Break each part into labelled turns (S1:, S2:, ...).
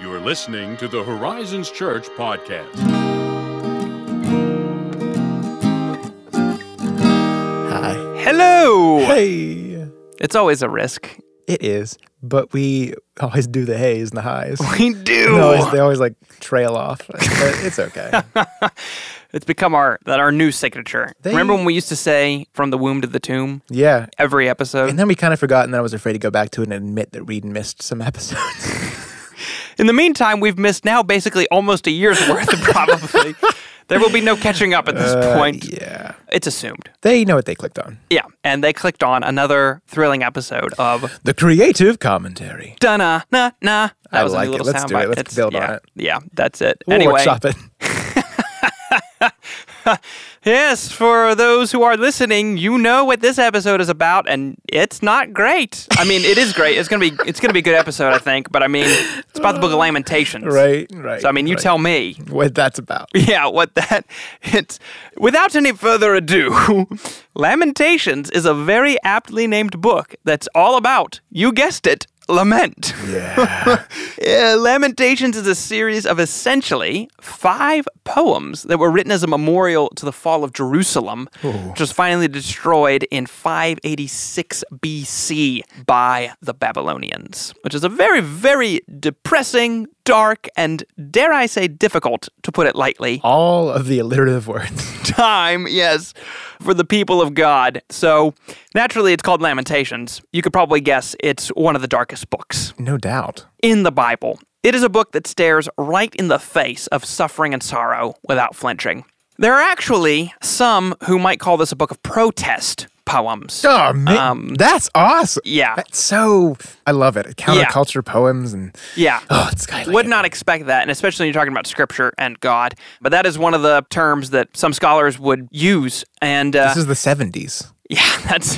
S1: You're listening to the Horizons Church podcast.
S2: Hi.
S3: Hello.
S2: Hey.
S3: It's always a risk.
S2: It is, but we always do the hays and the highs.
S3: We do.
S2: They always, they always like trail off, but it's okay.
S3: it's become our that our new signature.
S2: They-
S3: Remember when we used to say from the womb to the tomb
S2: Yeah.
S3: every episode?
S2: And then we kind of forgot, and then I was afraid to go back to it and admit that we'd missed some episodes.
S3: In the meantime, we've missed now basically almost a year's worth probably. there will be no catching up at this point.
S2: Uh, yeah.
S3: It's assumed.
S2: They know what they clicked on.
S3: Yeah. And they clicked on another thrilling episode of
S2: The creative commentary.
S3: Dunna na na. That
S2: I
S3: was
S2: like
S3: a
S2: it.
S3: new little
S2: Let's do it.
S3: soundbite.
S2: Let's build on
S3: yeah,
S2: it.
S3: Yeah, that's it.
S2: We'll
S3: anyway.
S2: workshop it.
S3: Yes, for those who are listening, you know what this episode is about, and it's not great. I mean, it is great. It's gonna be it's gonna be a good episode, I think. But I mean, it's about the Book of Lamentations,
S2: Right, right.
S3: So I mean, you
S2: right.
S3: tell me,
S2: what that's about.
S3: yeah, what that it's. Without any further ado, Lamentations is a very aptly named book that's all about you guessed it, lament.
S2: Yeah.
S3: Uh, Lamentations is a series of essentially five poems that were written as a memorial to the fall of Jerusalem, which was finally destroyed in 586 BC by the Babylonians, which is a very, very depressing, dark, and dare I say difficult, to put it lightly,
S2: All of the alliterative words.
S3: time, yes, for the people of God. So naturally, it's called Lamentations. You could probably guess it's one of the darkest books
S2: No doubt.
S3: in the Bible. It is a book that stares right in the face of suffering and sorrow without flinching. There are actually some who might call this a book of protest poems.
S2: Oh, man. that's awesome.
S3: Um, yeah.
S2: That's so, I love it. Counterculture poems and.
S3: Yeah.
S2: Oh, it's kind of.
S3: Would not expect that, and especially when you're talking about scripture and God. But that is one of the terms that some scholars would use. And uh,
S2: This is the 70s.
S3: yeah, that's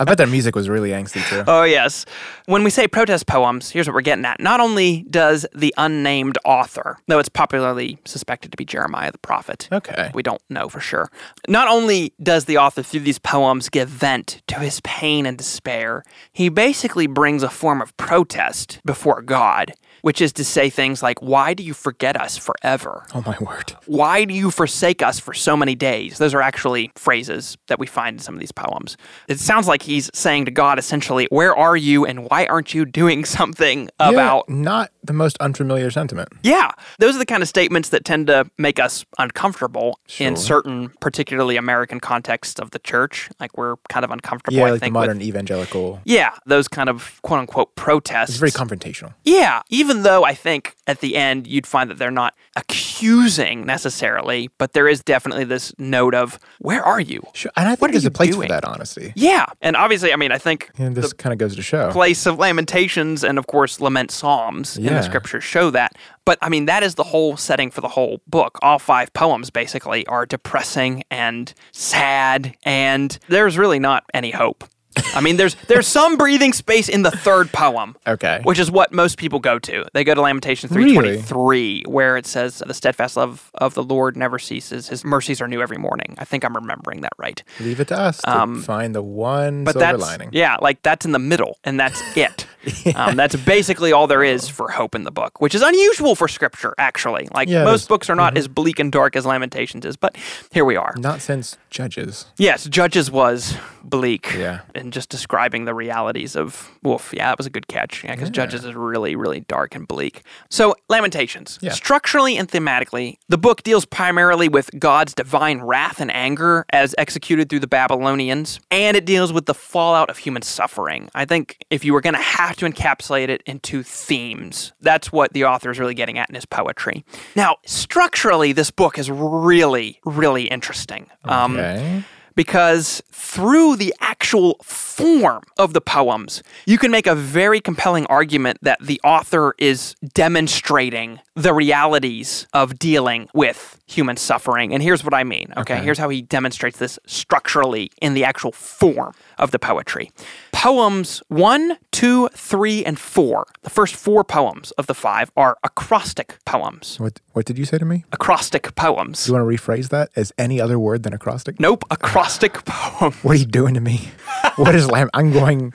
S2: I bet their music was really angsty too.
S3: Oh, yes. When we say protest poems, here's what we're getting at. Not only does the unnamed author, though it's popularly suspected to be Jeremiah the prophet,
S2: Okay.
S3: we don't know for sure, not only does the author through these poems give vent to his pain and despair, he basically brings a form of protest before God, which is to say things like, Why do you forget us forever?
S2: Oh my word.
S3: Why do you forsake us for so many days? Those are actually phrases that we find in some of these poems. It sounds like he's saying to God essentially, Where are you and why aren't you doing something about?
S2: Yeah, not the most unfamiliar sentiment.
S3: Yeah. Those are the kind of statements that tend to make us uncomfortable in certain, particularly American contexts of the church. Like we're kind of uncomfortable,
S2: Yeah,
S3: I
S2: like the
S3: think.
S2: modern
S3: With,
S2: evangelical.
S3: yeah, those kind of quote unquote protests.
S2: It's very confrontational.
S3: Yeah, even though I think at the end you'd find that they're not accusing necessarily, but there is definitely this note of, where are you?
S2: Sure. And I think
S3: What are
S2: there's
S3: you
S2: a place
S3: doing?
S2: for that honesty.
S3: Yeah. And obvobviously, I mean, I think
S2: And this kind of goes to show.
S3: place of lamentations and, of course, lament psalms in
S2: Yeah.
S3: the scriptures show that. But I mean, that is the whole setting for the whole book. All five poems basically are depressing and sad, and there's really not any hope. I mean, there's there's some breathing space in the third poem.
S2: Okay.
S3: Which is what most people go to. They go to Lamentations
S2: Really?
S3: 323, where it says, The steadfast love of the Lord never ceases. His mercies are new every morning. I think I'm remembering that right.
S2: Leave it to us to find the one
S3: But
S2: silver
S3: that's,
S2: lining.
S3: yeah, like that's in the middle, and that's it. um, that's basically all there is for hope in the book, which is unusual for scripture, actually. Like
S2: Yeah, it is. Mm-hmm.
S3: most books are not as bleak and dark as Lamentations is, but here we are.
S2: Not since judges.
S3: Yes, Judges was bleak.
S2: Yeah.
S3: And just describing the realities of Wolf. Yeah, that was a good catch. Yeah, because Judges is really, really dark and bleak. So, Lamentations.
S2: Yeah.
S3: Structurally and thematically, the book deals primarily with God's divine wrath and anger as executed through the Babylonians, and it deals with the fallout of human suffering. I think if you were going to have to encapsulate it into themes, that's what the author is really getting at in his poetry. Now, structurally, this book is really, really interesting.
S2: Mm.
S3: Um,
S2: Okay.
S3: because through the actual form of the poems, you can make a very compelling argument that the author is demonstrating the realities of dealing with human suffering. And here's what I mean. Okay, here's how he demonstrates this structurally in the actual form of the poetry. Poems one, two, three, and four, the first four poems of the five, are acrostic poems.
S2: What what did you say to me?
S3: Acrostic poems.
S2: Do you want to rephrase that as any other word than acrostic?
S3: Nope, acrostic poems.
S2: What are you doing to me? what is lam- I'm going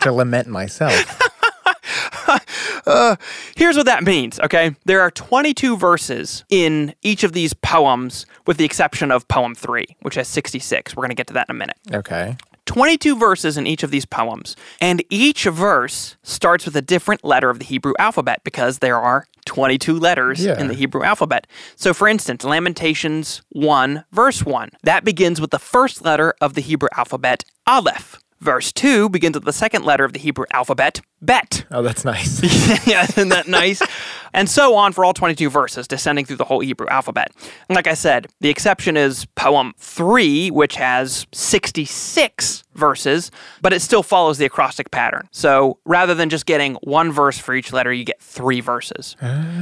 S2: to lament myself.
S3: Uh, here's what that means, okay? There are 22 verses in each of these poems, with the exception of poem three, which has 66. We're going to get to that in a minute.
S2: Okay.
S3: 22 verses in each of these poems, and each verse starts with a different letter of the Hebrew alphabet because there are 22 letters
S2: Yeah.
S3: in the Hebrew alphabet. So, for instance, Lamentations 1, verse 1, that begins with the first letter of the Hebrew alphabet, Aleph. Verse 2 begins with the second letter of the Hebrew alphabet, Bet.
S2: Oh, that's nice.
S3: yeah, isn't that nice? and so on for all 22 verses, descending through the whole Hebrew alphabet. And like I said, the exception is poem 3, which has 66 verses, but it still follows the acrostic pattern. So rather than just getting one verse for each letter, you get three verses.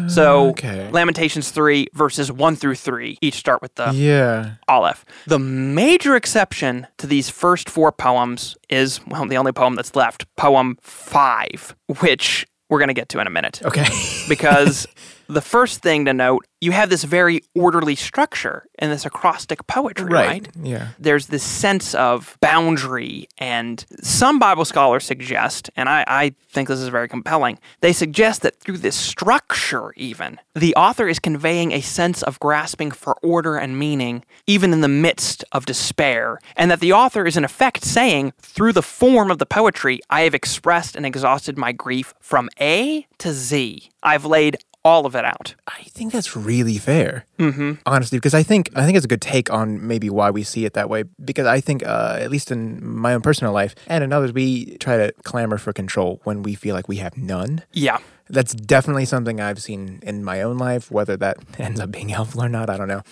S3: so
S2: okay.
S3: Lamentations 3, verses 1 through 3, each start with the
S2: yeah.
S3: Aleph. The major exception to these first four poems is, well, the only poem that's left, poem five, which we're going to get to in a minute.
S2: Okay.
S3: because the first thing to note, you have this very orderly structure in this acrostic poetry, right?
S2: Yeah.
S3: There's this sense of boundary, and some Bible scholars suggest, and I, I think this is very compelling, they suggest that through this structure, even, the author is conveying a sense of grasping for order and meaning, even in the midst of despair, and that the author is in effect saying, through the form of the poetry, I have expressed and exhausted my grief from A to Z. I've laid all of it out.
S2: I think that's really fair, mm-hmm. honestly, because I think I think it's a good take on maybe why we see it that way. Because I think, uh, at least in my own personal life and in others, we try to clamor for control when we feel like we have none.
S3: Yeah.
S2: That's definitely something I've seen in my own life. Whether that ends up being helpful or not, I don't know.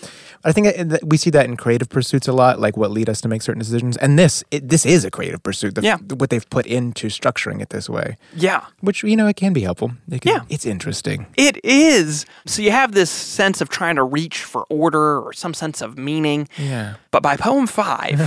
S2: I think that- that we see that in creative pursuits a lot, like what lead us to make certain decisions. And this, it, this is a creative pursuit. The,
S3: Yeah.
S2: What they've put into structuring it this way,
S3: Yeah.
S2: which you know, it can be helpful. It can,
S3: Yeah.
S2: it's interesting.
S3: It is. So you have this sense of trying to reach for order or some sense of meaning.
S2: Yeah.
S3: But by poem five,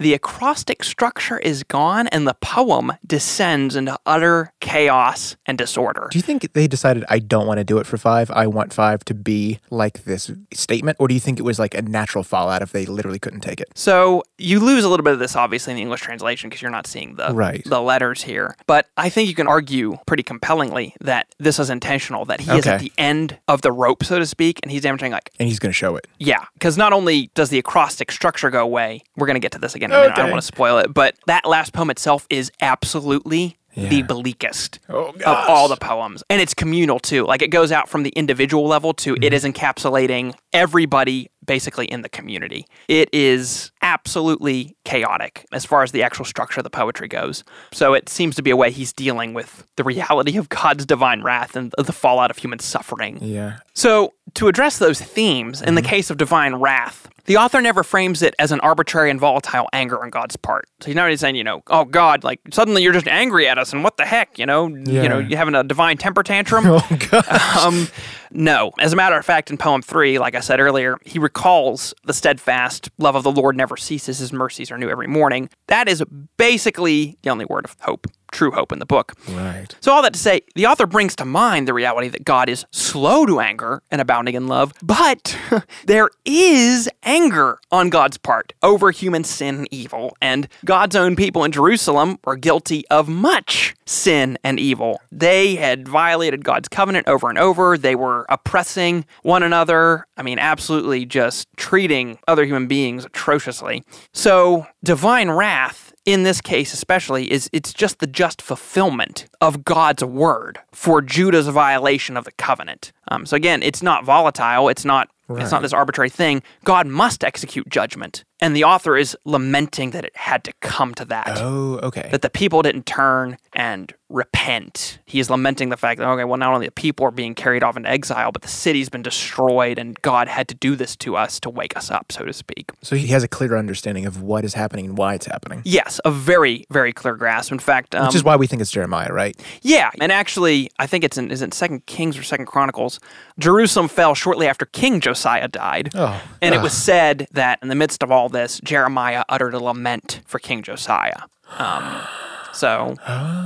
S3: the acrostic structure is gone and the poem descends into utter chaos and disorder.
S2: Do you think they decided I don't want to do it for five? I want five to be like this statement, or do you think it was like a natural fallout if they literally couldn't take it?
S3: So you lose a little bit of this, obviously, in the English translation because you're not seeing the
S2: Right.
S3: the letters here. But I think you can argue pretty compellingly that this is intentional. That he is at
S2: Okay.
S3: the end of the rope, so to speak, and he's damaging like
S2: And he's going to show it.
S3: Yeah, because not only does the acrostic structure go away, we're going to get to this again. in a minute, I don't
S2: Okay.
S3: want to spoil it, but that last poem itself is absolutely the
S2: Yeah.
S3: bleakest
S2: Oh,
S3: of all the poems. And it's communal too. Like it goes out from the individual level to
S2: Mm-hmm.
S3: it is encapsulating everybody basically in the community. It is absolutely chaotic as far as the actual structure of the poetry goes. So it seems to be a way he's dealing with the reality of God's divine wrath and the fallout of human suffering.
S2: Yeah.
S3: So, to address those themes, in the
S2: Mm-hmm.
S3: case of divine wrath, the author never frames it as an arbitrary and volatile anger on God's part. So he's not really saying, you know, oh God, like suddenly you're just angry at us, and what the heck, you know, you know,
S2: Yeah.
S3: you having a divine temper tantrum.
S2: Oh god.
S3: Um, no. As a matter of fact, in poem three, like I said earlier, he recalls the steadfast love of the Lord never ceases, his mercies are new every morning. That is basically the only word of hope, true hope in the book.
S2: right.
S3: So, all that to say, the author brings to mind the reality that God is slow to anger and abounding in love, but there is anger on God's part over human sin and evil, and God's own people in Jerusalem were guilty of much sin and evil. They had violated God's covenant over and over, they were oppressing one another. I mean, absolutely just treating other human beings atrociously. So, divine wrath in this case especially is it's just the just fulfillment of god's word for judah's violation of the covenant um, so again it's not volatile it's not it's not this arbitrary thing god must execute judgment and the author is lamenting that it had to come to that
S2: Oh, okay.
S3: that the people didn't turn and repent. He is lamenting the fact that, okay, well, not only the people are being carried off into exile, but the city's been destroyed, and God had to do this to us to wake us up, so to speak.
S2: so he has a clearer understanding of what is happening and why it's happening.
S3: Yes, a very, very clear grasp. In fact, um,
S2: Which is why we think it's Jeremiah, right?
S3: yeah, and actually, I think it's in is it Second Kings or Second Chronicles. Jerusalem fell shortly after King Josiah died,
S2: Oh,
S3: and it was said that in the midst of all this, Jeremiah uttered a lament for King Josiah. Um, So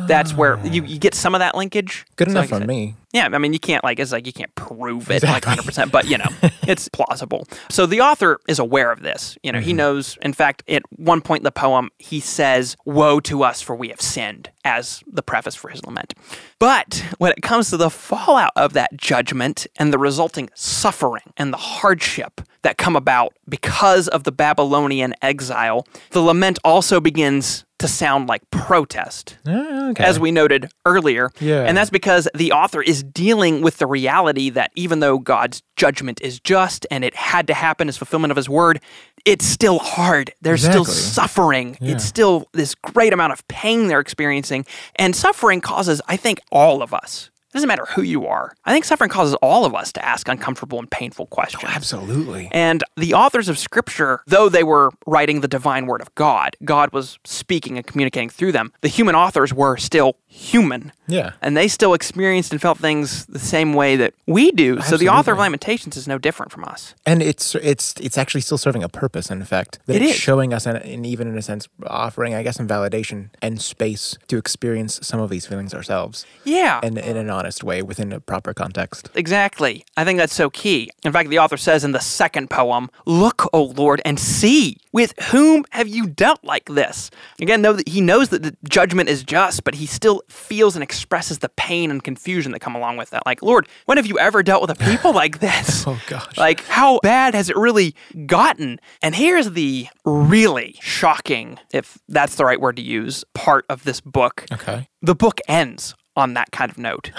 S3: that's where you, you get some of that linkage.
S2: Ah. Good
S3: So
S2: enough
S3: like I
S2: on
S3: said-
S2: me.
S3: Yeah, I mean, you can't like it's like you can't prove it like
S2: Exactly.
S3: hundred percent, but you know, it's plausible. So the author is aware of this. You know, he knows. In fact, at one point in the poem, he says, "Woe to us, for we have sinned," as the preface for his lament. But when it comes to the fallout of that judgment and the resulting suffering and the hardship that come about because of the Babylonian exile, the lament also begins to sound like protest
S2: Ah, okay.
S3: as we noted earlier.
S2: Yeah.
S3: And that's because the author is dealing with the reality that even though God's judgment is just and it had to happen as fulfillment of his word, it's still hard. They're still
S2: Exactly.
S3: suffering. It's still this great amount of pain they're experiencing. And suffering causes, I think, all of us. It doesn't matter who you are. I think suffering causes all of us to ask uncomfortable and painful questions.
S2: Absolutely.
S3: And the authors of Scripture, though they were writing the divine word of God, God was speaking and communicating through them, the human authors were still human.
S2: Yeah.
S3: And they still experienced and felt things the same way that we do. So the author of Lamentations is no different from us.
S2: And it's it's it's actually still serving a purpose. In fact, that
S3: It
S2: it's
S3: is.
S2: showing us, and, and even in a sense, offering, I guess, some validation and space to experience some of these feelings ourselves,
S3: Yeah.
S2: and in an honest way within a proper context.
S3: Exactly. I think that's so key. In fact, the author says in the second poem, Look, O Lord, and see, with whom have you dealt like this? Again, though he knows that the judgment is just, but he still feels and expresses the pain and confusion that come along with that. Like, Lord, when have you ever dealt with a people like this?
S2: Oh, gosh.
S3: Like, how bad has it really gotten? And here's the really shocking, if that's the right word to use, part of this book.
S2: Okay.
S3: The book ends on that kind of note.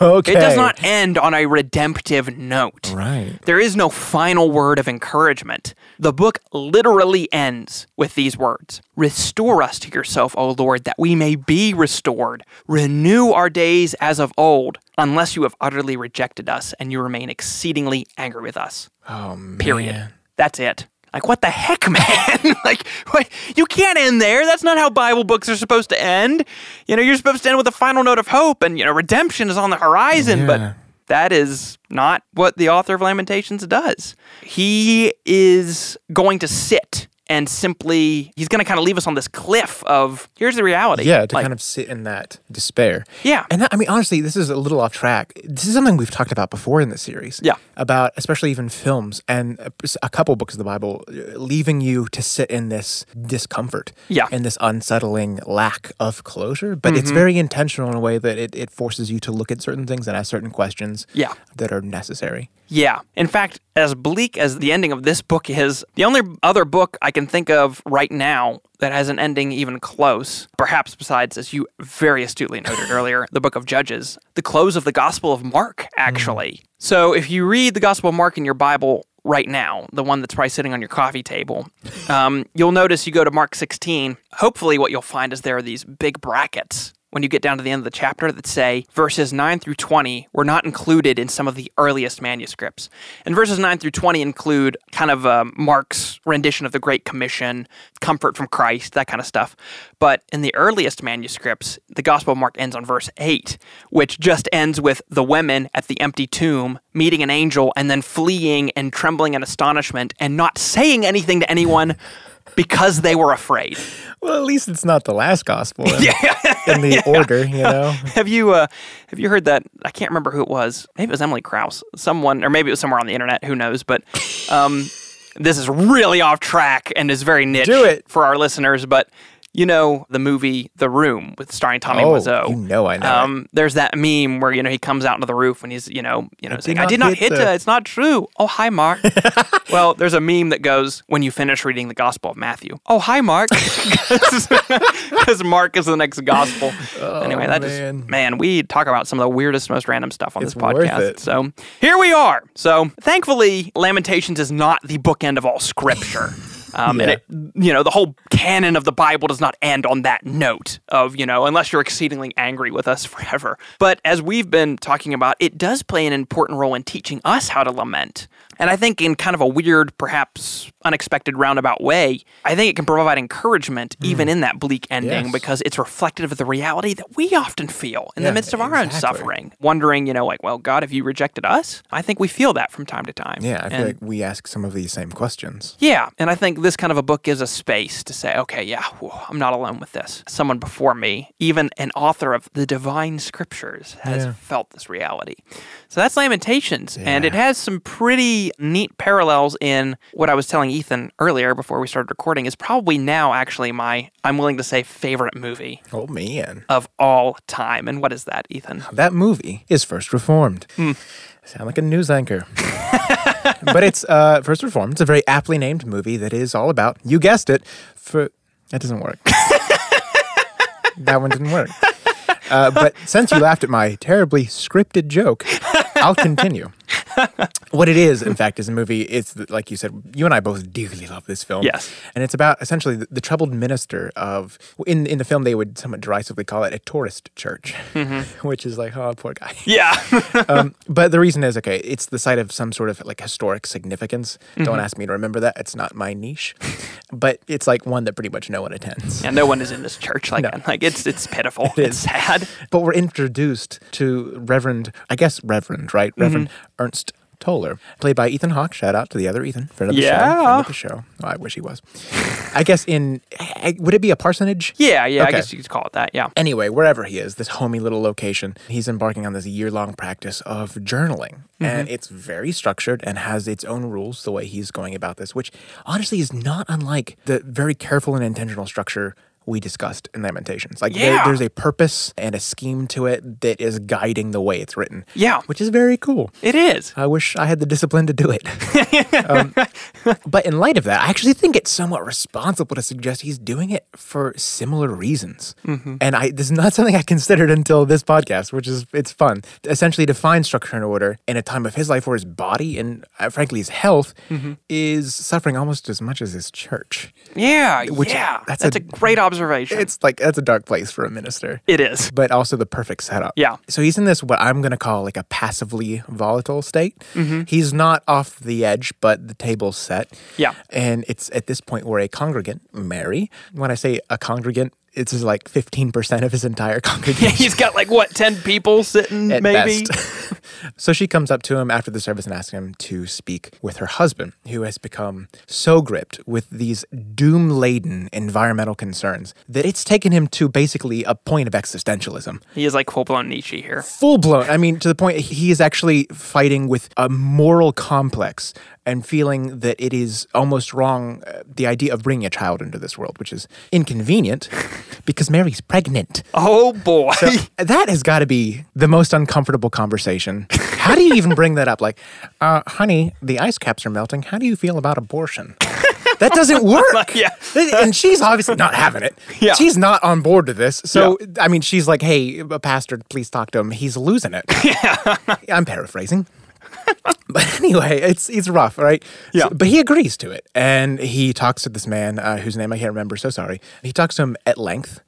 S2: Okay.
S3: It does not end on a redemptive note.
S2: Right.
S3: There is no final word of encouragement. The book literally ends with these words Restore us to yourself, O Lord, that we may be restored. Renew our days as of old, unless you have utterly rejected us and you remain exceedingly angry with us.
S2: Oh man.
S3: Period. That's it. Like what the heck, man? like what? You can't end there. That's not how Bible books are supposed to end. You know, you're supposed to end with a final note of hope, and you know, redemption is on the horizon.
S2: Yeah.
S3: But that is not what the author of Lamentations does. He is going to sit and simply he's going to kind of leave us on this cliff of here's the reality.
S2: Yeah, to
S3: Like,
S2: kind of sit in that despair.
S3: Yeah.
S2: And that, I mean, honestly, this is a little off track. This is something we've talked about before in this series.
S3: Yeah.
S2: About, especially even films and a, a couple books of the Bible, uh, leaving you to sit in this discomfort.
S3: Yeah. Mm-hmm.
S2: And this unsettling lack of closure. But it's very intentional in a way that it, it forces you to look at certain things and ask certain questions
S3: Yeah.
S2: that are necessary.
S3: Yeah. In fact, as bleak as the ending of this book is, the only other book I can think of right now that has an ending even close, perhaps besides, as you very astutely noted earlier, the book of Judges, the close of the Gospel of Mark, actually. So if you read the Gospel of Mark in your Bible, Right now, the one that's probably sitting on your coffee table, um, you'll notice you go to Mark 16. Hopefully, what you'll find is there are these big brackets when you get down to the end of the chapter that say verses 9 through 20 were not included in some of the earliest manuscripts. And verses 9 through 20 include kind of um, Mark's rendition of the Great Commission, comfort from Christ, that kind of stuff. But in the earliest manuscripts, the Gospel of Mark ends on verse 8, which just ends with the women at the empty tomb meeting an angel and then fleeing and trembling in astonishment and not saying anything to anyone because they were afraid.
S2: Well, at least it's not the last gospel in, in the order, you know?
S3: have you uh, have you heard that? I can't remember who it was. Maybe it was Emily Krause, someone, or maybe it was somewhere on the internet. Who knows? But um, this is really off track and is very niche
S2: Do it.
S3: for our listeners. But you know the movie The Room with starring Tommy
S2: Oh,
S3: Wiseau.
S2: you know I know it.
S3: Um, there's that meme where you know he comes out into the roof and he's you know you know saying I
S2: not
S3: did not
S2: hit
S3: hit
S2: the-
S3: her. It's not true. Oh hi Mark. well, there's a meme that goes when you finish reading the Gospel of Matthew. Oh hi Mark. Because Mark is the next gospel. anyway, that
S2: Oh, man.
S3: just man, we talk about some of the weirdest, most random stuff on
S2: It's
S3: this
S2: worth
S3: podcast.
S2: it.
S3: So here we are. So thankfully, Lamentations is not the bookend of all scripture. Um,
S2: Yeah.
S3: And it, you know, the whole canon of the Bible does not end on that note of, you know, unless you're exceedingly angry with us forever. But as we've been talking about, it does play an important role in teaching us how to lament. And I think, in kind of a weird, perhaps unexpected roundabout way, I think it can provide encouragement even in that bleak ending
S2: Mm. Yes.
S3: because it's reflective of the reality that we often feel in the
S2: Yeah,
S3: midst of our own
S2: exactly.
S3: suffering. Wondering, you know, like, well, God, have you rejected us? I think we feel that from time to time.
S2: Yeah, I feel
S3: And-
S2: like we ask some of these same questions.
S3: yeah, and I think this kind of a book gives us space to say, okay, yeah, whew, I'm not alone with this. Someone before me, even an author of the divine scriptures, has felt this reality. So that's Lamentations, and it has some pretty neat parallels in what I was telling Ethan earlier before we started recording is probably now actually my, I'm willing to say, favorite movie
S2: Oh man,
S3: of all time. And what is that, Ethan?
S2: that movie is First Reformed. Sound like a news anchor. but it's uh, First Reformed. It's a very aptly named movie that is all about you guessed it. For that doesn't work. that one didn't work. Uh, but since you laughed at my terribly scripted joke, I'll continue. what it is, in fact, is a movie. It's th- like you said, you and I both dearly love this film.
S3: Yes.
S2: and it's about essentially the, the troubled minister of in in the film they would somewhat derisively call it a tourist church, which is like, oh, poor guy
S3: Yeah.
S2: um, but the reason is okay. It's the site of some sort of like historic significance. Don't ask me to remember that. It's not my niche, but it's like one that pretty much no one attends.
S3: and no one is in this church like that. Like it's it's pitiful. it's
S2: is.
S3: sad.
S2: But we're introduced to Reverend, I guess Reverend, right? Reverend Ernst Toller, played by Ethan Hawke. Shout out to the other Ethan, friend of the show.
S3: Yeah.
S2: Friend of the show. Oh, I wish he was. I guess in I- would it be a parsonage?
S3: Yeah, yeah, I
S2: Okay.
S3: guess you could call it that. Yeah.
S2: Anyway, wherever he is, this homey little location, he's embarking on this year long practice of journaling. And
S3: Mm-hmm.
S2: it's very structured and has its own rules the way he's going about this, which honestly is not unlike the very careful and intentional structure we discussed in Lamentations. Like there-
S3: Yeah.
S2: there's a purpose and a scheme to it that is guiding the way it's written.
S3: Yeah.
S2: Which is very cool.
S3: It is.
S2: I wish I had the discipline to do it. um, but in light of that, I actually think it's somewhat responsible to suggest he's doing it for similar reasons. And I this is not something I considered until this podcast, which is it's fun. Essentially, to find structure and order in a time of his life where his body and uh, frankly his health is suffering almost as much as his church.
S3: Yeah, yeah. That's,
S2: that's
S3: a,
S2: a-
S3: great observation.
S2: It's like that's a dark place for a minister.
S3: it is.
S2: but also the perfect setup.
S3: Yeah.
S2: So he's in this what I'm going to call like a passively volatile state.
S3: Mm-hmm.
S2: He's not off the edge, but the table's set.
S3: Yeah.
S2: And it's at this point where a congregant, Mary, when I say a congregant, it's just like 15% of his entire congregation.
S3: He's got like what ten people sitting
S2: at
S3: maybe.
S2: best. so she comes up to him after the service and asks him to speak with her husband, who has become so gripped with these doom laden environmental concerns that it's taken him to basically a point of existentialism
S3: He is like full blown Nietzsche here.
S2: full blown. I mean, to the point he is actually fighting with a moral complex and feeling that it is almost wrong uh, the idea of bringing a child into this world, which is inconvenient because Mary's pregnant.
S3: Oh boy.
S2: That has got to be the most uncomfortable conversation. How do you even bring that up? Like, uh, honey, the ice caps are melting. How do you feel about abortion? That doesn't work.
S3: Yeah.
S2: And she's obviously not having it.
S3: Yeah.
S2: She's not on board to this. So, I mean, she's like, hey, a pastor, please talk to him. He's losing it. I'm paraphrasing. But anyway, it's it's rough, right?
S3: Yeah.
S2: So- but he agrees to it, and he talks to this man uh, whose name I can't remember. So sorry. He talks to him at length.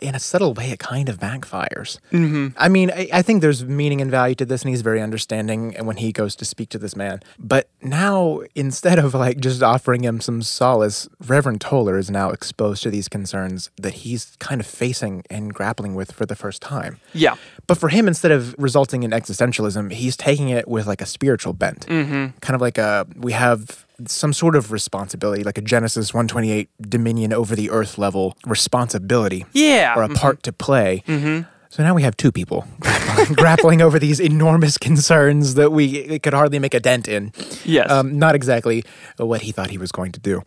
S2: In a subtle way, it kind of backfires. Mm-hmm. I mean, I, I think there's meaning and value to this, and he's very understanding when he goes to speak to this man. But now, instead of like just offering him some solace, Reverend Toller is now exposed to these concerns that he's kind of facing and grappling with for the first time.
S3: Yeah.
S2: But for him, instead of resulting in existentialism, he's taking it with like a spiritual bent, mm-hmm. kind of like a we have some sort of responsibility, like a Genesis one twenty eight dominion over the earth level responsibility,
S3: Yeah,
S2: or a part to play. Mm-hmm. So now we have two people grappling over these enormous concerns that we could hardly make a dent in.
S3: Yes. Mm-hmm.
S2: Um, not exactly what he thought he was going to do.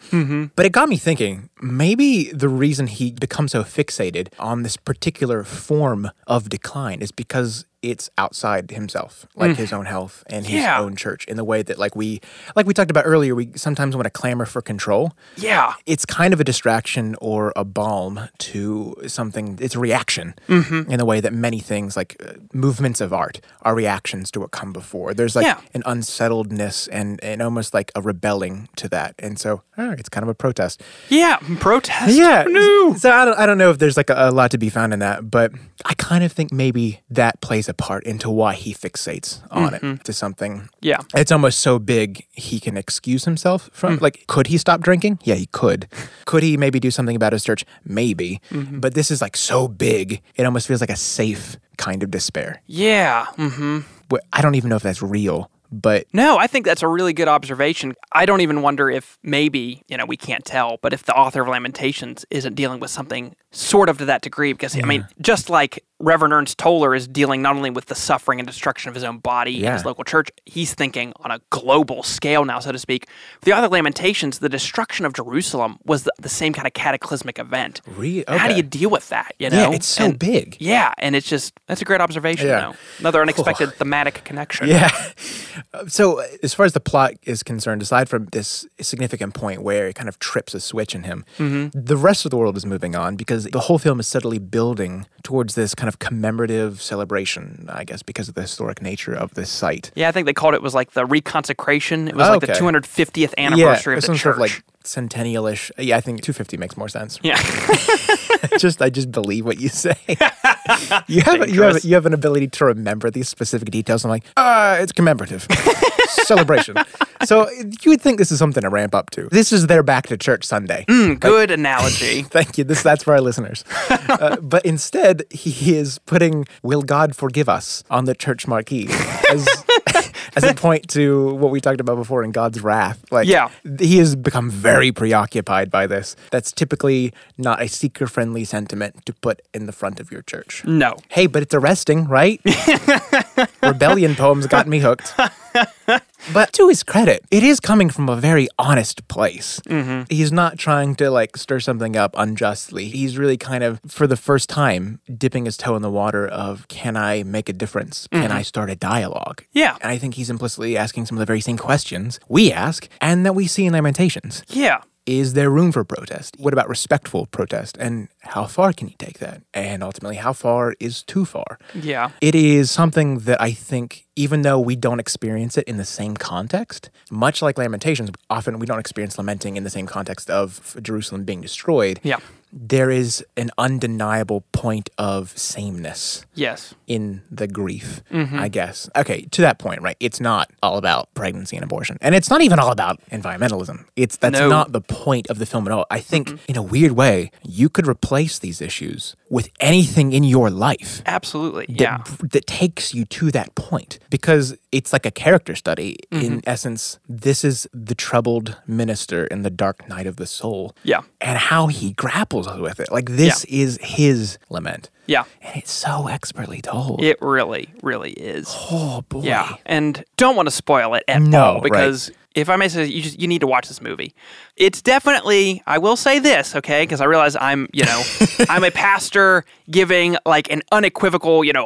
S2: But it got me thinking maybe the reason he becomes so fixated on this particular form of decline is because it's outside himself like his own health and his
S3: Mm. Yeah.
S2: own church in the way that like we like we talked about earlier we sometimes want to clamor for control
S3: Yeah.
S2: it's kind of a distraction or a balm to something. It's a reaction
S3: Mm-hmm.
S2: in the way that many things, like uh, movements of art, are reactions to what come before. There's like
S3: Yeah.
S2: an unsettledness and, and almost like a rebelling to that. And so all right, it's kind of a protest.
S3: Yeah. Protest.
S2: Yeah.
S3: No.
S2: So I don't, I don't know if there's like a, a lot to be found in that, but I kind of think maybe that plays a part into why he fixates on
S3: Mm-hmm.
S2: it to something.
S3: Yeah.
S2: It's almost so big he can excuse himself from. Like, could he stop drinking? Yeah, he could. could he maybe do something about his church? Maybe. But this is like so big, it almost feels like a safe kind of despair.
S3: Yeah. hmm
S2: Wh- I don't even know if that's real, but
S3: No, I think that's a really good observation. I don't even wonder if maybe, you know, we can't tell, but if the author of Lamentations isn't dealing with something sort of to that degree, because, I mean, just like Reverend Ernst Toller is dealing not only with the suffering and destruction of his own body and his
S2: Yeah.
S3: local church, he's thinking on a global scale now, so to speak. For the author of Lamentations, the destruction of Jerusalem was the, the same kind of cataclysmic event.
S2: Re-
S3: How do
S2: okay.
S3: you deal with that, you know?
S2: yeah, it's so
S3: And-
S2: big.
S3: Yeah, and it's just, that's a great observation,
S2: Yeah.
S3: though. Another unexpected thematic connection.
S2: Yeah. So, uh, as far as the plot is concerned, aside from this significant point where it kind of trips a switch in him, the rest of the world is moving on because the whole film is steadily building towards this kind of commemorative celebration, I guess, because of the historic nature of this site.
S3: Yeah, I think they called it was like the reconsecration. It was
S2: Oh,
S3: like
S2: okay.
S3: the 250th anniversary
S2: or
S3: of the
S2: some
S3: church.
S2: sort of like centennial-ish. Yeah, I think 250 makes more sense.
S3: yeah,
S2: just I just believe what you say. you have a, you have a, you have an ability to remember these specific details. I'm like, ah, it's commemorative celebration. So you would think this is something to ramp up to. This is their back to church
S3: Mm.
S2: Sunday.
S3: good analogy.
S2: Thank you. This that's for our listeners. Uh, but instead, he is putting "Will God forgive us?" on the church marquee as as a point to what we talked about before in God's wrath. Like,
S3: Yeah.
S2: he has become very preoccupied by this. That's typically not a seeker-friendly sentiment to put in the front of your church.
S3: No.
S2: Hey, but it's arresting, right? Rebellion poems got me hooked. But to his credit, it is coming from a very honest place. He's not trying to like stir something up unjustly. He's really kind of, for the first time, dipping his toe in the water of can I make a difference? Can I start a dialogue?
S3: Yeah.
S2: And I think he's implicitly asking some of the very same questions we ask and that we see in Lamentations.
S3: Yeah.
S2: Is there room for protest? What about respectful protest? And how far can you take that? And ultimately, how far is too far?
S3: Yeah.
S2: It is something that I think, even though we don't experience it in the same context, much like Lamentations, often we don't experience lamenting in the same context of Jerusalem being destroyed.
S3: Yeah.
S2: There is an undeniable point of sameness
S3: Yes.
S2: in the grief,
S3: Mm-hmm.
S2: I guess. Okay, to that point, right? It's not all about pregnancy and abortion. And it's not even all about environmentalism. It's that's
S3: No.
S2: not the point of the film at all. I think in a weird way, you could replace these issues with anything in your life
S3: Absolutely.
S2: that,
S3: Yeah.
S2: that takes you to that point because it's like a character study
S3: Mm-hmm.
S2: in essence this is the troubled minister in the dark night of the soul
S3: Yeah.
S2: and how he grapples with it like this is his lament
S3: Yeah.
S2: and it's so expertly told
S3: It really, really is.
S2: oh boy
S3: Yeah. And don't want to spoil it at
S2: No,
S3: all
S2: right.
S3: because if I may say you just you need to watch this movie. It's definitely I will say this, okay, because I realize I'm, you know, I'm a pastor giving like an unequivocal, you know,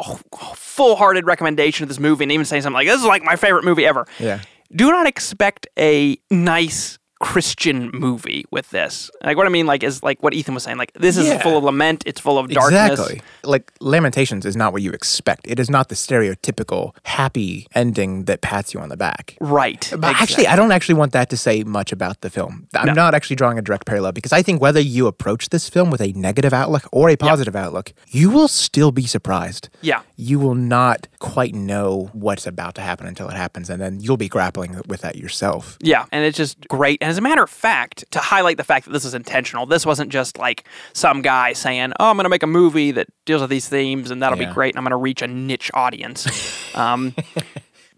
S3: full-hearted recommendation of this movie and even saying something like this is like my favorite movie ever.
S2: Yeah.
S3: do not expect a nice Christian movie with this. Like what I mean, like is like what Ethan was saying. Like this is
S2: Yeah.
S3: full of lament. It's full of darkness.
S2: Exactly. Like Lamentations is not what you expect. It is not the stereotypical happy ending that pats you on the back.
S3: Right.
S2: But actually, I don't actually want that to say much about the film. I'm not actually drawing a direct parallel because I think whether you approach this film with a negative outlook or a positive outlook, you will still be surprised.
S3: Yeah.
S2: You will not quite know what's about to happen until it happens, and then you'll be grappling with that yourself.
S3: Yeah, and it's just great. And as a matter of fact, to highlight the fact that this is intentional, this wasn't just like some guy saying, "Oh, I'm going to make a movie that deals with these themes, and that'll be
S2: Yeah.
S3: great, and I'm going to reach a niche audience." um,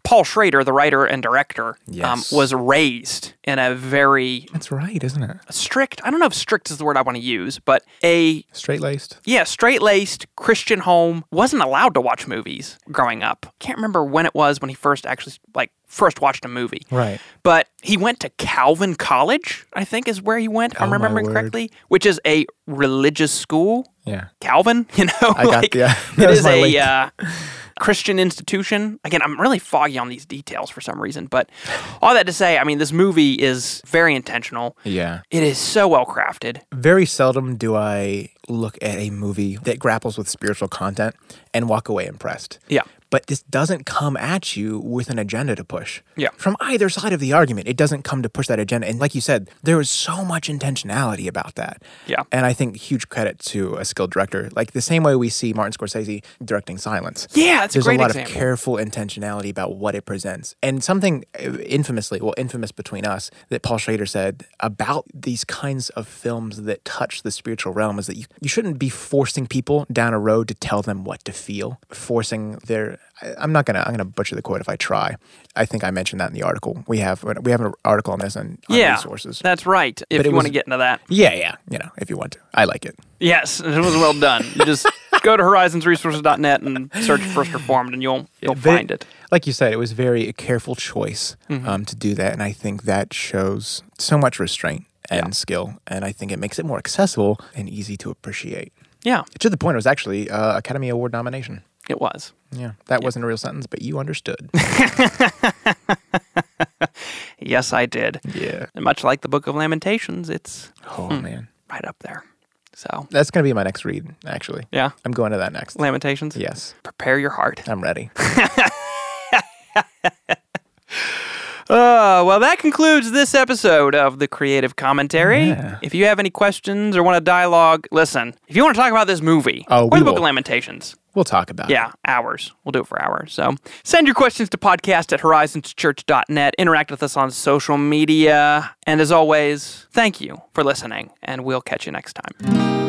S3: Paul Schrader, the writer and director,
S2: Yes.
S3: um, was raised in a very
S2: That's right, isn't it?
S3: strict. I don't know if strict is the word I want to use, but a
S2: Straight laced.
S3: yeah, straight laced Christian home wasn't allowed to watch movies growing up. Can't remember when it was when he first actually like first watched a movie.
S2: Right.
S3: But he went to Calvin College, I think is where he went, if I'm
S2: Oh, my
S3: remembering
S2: word.
S3: correctly, which is a religious school.
S2: Yeah.
S3: Calvin, you know,
S2: I got-
S3: like
S2: yeah, that
S3: it
S2: was
S3: is
S2: my
S3: a
S2: link.
S3: uh, Christian institution. Again, I'm really foggy on these details for some reason, but all that to say, I mean, this movie is very intentional.
S2: Yeah.
S3: It is so well crafted.
S2: Very seldom do I look at a movie that grapples with spiritual content and walk away impressed.
S3: Yeah.
S2: But this doesn't come at you with an agenda to push.
S3: Yeah.
S2: From either side of the argument, it doesn't come to push that agenda. And like you said, there was so much intentionality about that.
S3: Yeah.
S2: And I think huge credit to a skilled director. Like the same way we see Martin Scorsese directing Silence.
S3: Yeah, it's a
S2: There's
S3: great
S2: a lot
S3: example.
S2: of careful intentionality about what it presents. And something uh, infamously, well, infamous between us, that Paul Schrader said about these kinds of films that touch the spiritual realm is that you, you shouldn't be forcing people down a road to tell them what to feel, forcing their. I- I'm not gonna. I'm gonna butcher the quote if I try. I think I mentioned that in the article. We have we have an article on this on, on
S3: yeah,
S2: resources.
S3: that's right. If
S2: But it
S3: you want to
S2: was-
S3: get into that,
S2: yeah, yeah. You know, if you want to, I like it.
S3: yes, it was well done. You just go to horizonsresources.net and search First Reformed, and you'll you'll
S2: But
S3: find it. Mm-hmm.
S2: Like you said, it was very a careful choice um, to do that, and I think that shows so much restraint and skill, and I think it makes it more accessible and easy to appreciate.
S3: Yeah,
S2: To the point, it was actually uh, Academy Award nomination.
S3: it was.
S2: Yeah, that wasn't a real sentence, but you understood.
S3: Yes, I did.
S2: yeah.
S3: And much like the Book of Lamentations, it's
S2: Oh man,
S3: right up there. So
S2: that's gonna be my next read. Actually,
S3: yeah,
S2: I'm going to that next.
S3: Lamentations.
S2: Yes,
S3: Prepare your heart.
S2: I'm ready.
S3: Uh, well, that concludes this episode of the Creative Commentary. If you have any questions or want a dialogue, listen. If you want to talk about this movie
S2: Oh,
S3: or
S2: we
S3: the Book of
S2: will.
S3: Lamentations,
S2: We'll talk about it.
S3: Yeah, hours. We'll do it for hours. So send your questions to podcast at horizonschurch.net. Interact with us on social media. And as always, thank you for listening, and we'll catch you next time.